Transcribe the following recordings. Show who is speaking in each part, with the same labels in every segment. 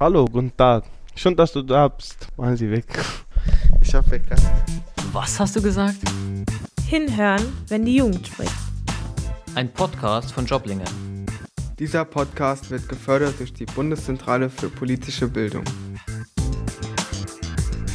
Speaker 1: Hallo, guten Tag. Schön, dass du da bist. Machen Sie weg. Ich hab verkackt.
Speaker 2: Was hast du gesagt?
Speaker 3: Hinhören, wenn die Jugend spricht.
Speaker 2: Ein Podcast von Joblinge.
Speaker 4: Dieser Podcast wird gefördert durch die Bundeszentrale für politische Bildung.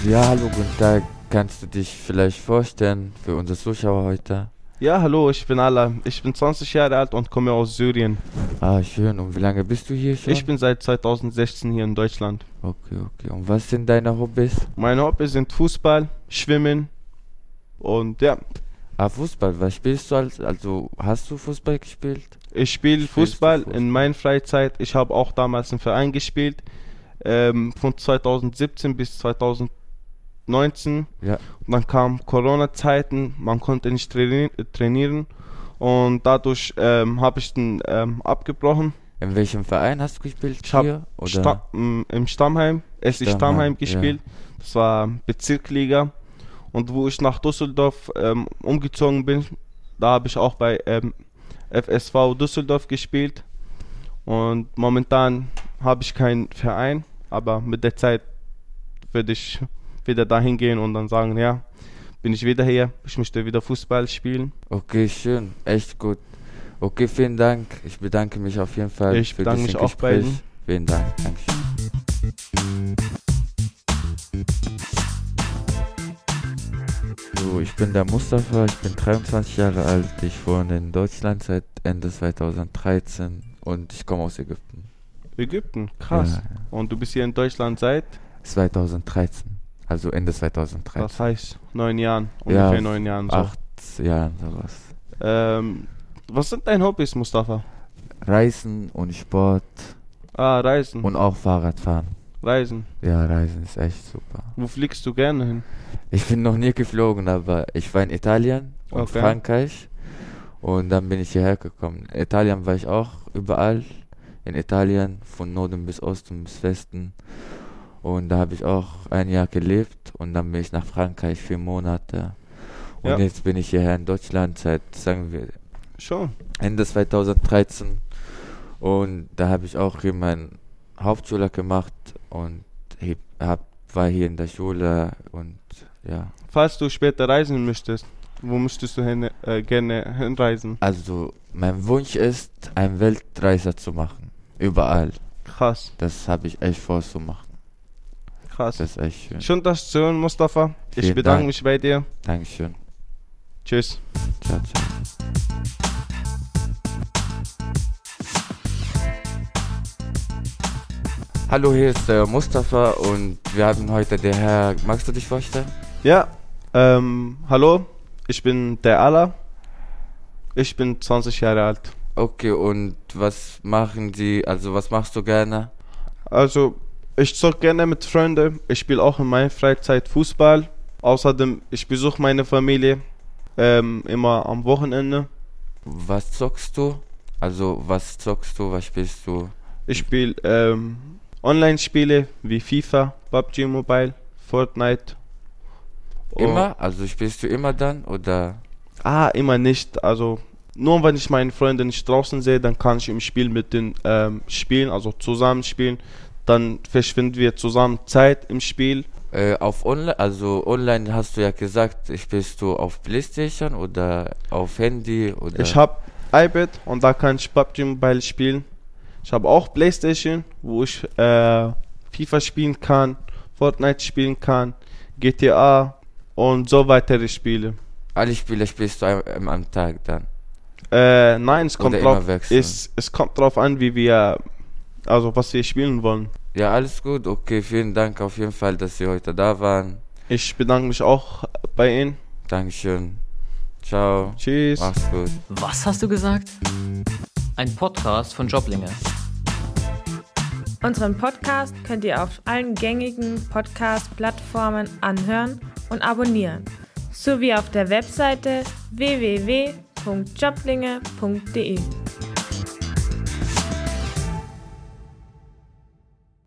Speaker 5: Ja, hallo, guten Tag. Kannst du dich vielleicht vorstellen für unsere Zuschauer heute?
Speaker 1: Ja, hallo, ich bin Ala. Ich bin 20 Jahre alt und komme aus Syrien.
Speaker 5: Ah, schön. Und wie lange bist du hier schon?
Speaker 1: Ich bin seit 2016 hier in Deutschland.
Speaker 5: Okay, okay. Und was sind deine Hobbys?
Speaker 1: Meine Hobbys sind Fußball, Schwimmen und ja,
Speaker 5: Ah, Fußball. Was spielst du als. Also, hast du Fußball gespielt?
Speaker 1: ich spiele
Speaker 5: Spielst du
Speaker 1: Fußball
Speaker 5: Fußball?
Speaker 1: in meiner Freizeit. Ich habe auch damals im Verein gespielt. Ähm, von 2017 bis 2019.
Speaker 5: Ja.
Speaker 1: Und dann kam Corona-Zeiten, man konnte nicht traini trainieren und dadurch ähm, habe ich den ähm, abgebrochen.
Speaker 5: In welchem Verein hast du gespielt?
Speaker 1: Ich hab
Speaker 5: hier? Oder?
Speaker 1: Sta m, mm, Im Stammheim, SC Stammheim,
Speaker 5: Stammheim,
Speaker 1: gespielt. Das war Bezirksliga. Und wo ich nach Düsseldorf ähm, umgezogen bin, da habe ich auch bei ähm, FSV Düsseldorf gespielt. Und momentan habe ich keinen Verein, aber mit der Zeit würde ich wieder dahin gehen und dann sagen, ja, bin ich wieder hier, ich möchte wieder Fußball spielen.
Speaker 5: Okay, schön. Echt gut. Okay, vielen Dank. Ich bedanke mich auf jeden Fall
Speaker 1: Ich
Speaker 5: für
Speaker 1: bedanke
Speaker 5: dieses
Speaker 1: mich auch bei
Speaker 5: Gespräch.
Speaker 1: Ihnen.
Speaker 5: Vielen Dank. Dankeschön. So, ich bin der Mustafa, ich bin 23 Jahre alt. Ich wohne in Deutschland seit Ende 2013 und ich komme aus Ägypten.
Speaker 1: Ägypten, krass.
Speaker 5: Ja, ja.
Speaker 1: Und du bist hier in Deutschland seit,
Speaker 5: 2013, also Ende 2013.
Speaker 1: das heißt, neun Jahren,
Speaker 5: Ja,
Speaker 1: ungefähr neun Jahren. So.
Speaker 5: Acht Jahren sowas.
Speaker 1: Ähm, was sind deine Hobbys, Mustafa?
Speaker 5: Reisen und Sport
Speaker 1: Ah, Reisen.
Speaker 5: und auch Fahrradfahren.
Speaker 1: Reisen.
Speaker 5: Ja, Reisen ist echt super.
Speaker 1: Wo fliegst du gerne hin?
Speaker 5: Ich bin noch nie geflogen, aber ich war in Italien und
Speaker 1: Okay.
Speaker 5: Frankreich und dann bin ich hierher gekommen. In Italien war ich auch überall. In Italien, von Norden bis Osten bis Westen. Und da habe ich auch ein Jahr gelebt und dann bin ich nach Frankreich vier Monate. Und
Speaker 1: Ja.
Speaker 5: jetzt bin ich hierher in Deutschland seit, sagen wir,
Speaker 1: Schon.
Speaker 5: Ende 2013 und da habe ich auch hier meinen Hauptschüler gemacht und he- hab, war hier in der Schule und ja.
Speaker 1: Falls du später reisen möchtest, wo möchtest du hin, äh, gerne hinreisen?
Speaker 5: Also mein Wunsch ist, einen Weltreiser zu machen. Überall.
Speaker 1: Krass,
Speaker 5: Das habe ich echt vor zu machen.
Speaker 1: krass.
Speaker 5: Das ist echt schön.
Speaker 1: Schön, dass du zu hören, Mustafa. ich
Speaker 5: Vielen
Speaker 1: bedanke
Speaker 5: Dank.
Speaker 1: mich bei dir.
Speaker 5: Dankeschön.
Speaker 1: Tschüss.
Speaker 5: Ciao, ciao. Hallo, hier ist der Mustafa und wir haben heute der Herr. Magst du dich vorstellen?
Speaker 1: Ja, ähm, hallo, ich bin der Ala. Ich bin 20 Jahre alt.
Speaker 5: Okay, und was machen die, also was machst du gerne?
Speaker 1: Also, ich zocke gerne mit Freunden. Ich spiele auch in meiner Freizeit Fußball. Außerdem, ich besuche meine Familie ähm, immer am Wochenende.
Speaker 5: Was zockst du? Also, was zockst du, was spielst du?
Speaker 1: Ich spiele ähm, Online-Spiele wie FIFA, PUBG Mobile, Fortnite. Oh.
Speaker 5: Immer? Also, spielst du immer dann oder?
Speaker 1: Ah, immer nicht. Also, nur wenn ich meine Freunde nicht draußen sehe, dann kann ich im Spiel mit denen ähm, spielen, also zusammen spielen. Dann verschwinden wir zusammen Zeit im Spiel.
Speaker 5: Äh, auf online, also online hast du ja gesagt, spielst du auf Playstation oder auf Handy oder?
Speaker 1: Ich habe iPad und da kann ich PUBG Mobile spielen. Ich habe auch Playstation, wo ich äh, FIFA spielen kann, Fortnite spielen kann, GTA und so weitere Spiele.
Speaker 5: alle Spiele spielst du am, am- am Tag dann.
Speaker 1: Äh, nein, es kommt,
Speaker 5: Oder immer
Speaker 1: drauf,
Speaker 5: wechseln.
Speaker 1: es, es kommt drauf an, wie wir, also was wir spielen wollen.
Speaker 5: Ja, alles gut, okay, vielen Dank auf jeden Fall, dass Sie heute da waren.
Speaker 1: Ich bedanke mich auch bei Ihnen.
Speaker 5: Dankeschön. Ciao.
Speaker 1: Tschüss.
Speaker 5: Mach's gut.
Speaker 2: Was hast du gesagt? Ein Podcast von Joblinge.
Speaker 3: Unseren Podcast könnt ihr auf allen gängigen Podcast-Plattformen anhören und abonnieren, sowie auf der Webseite www.joblinge.de.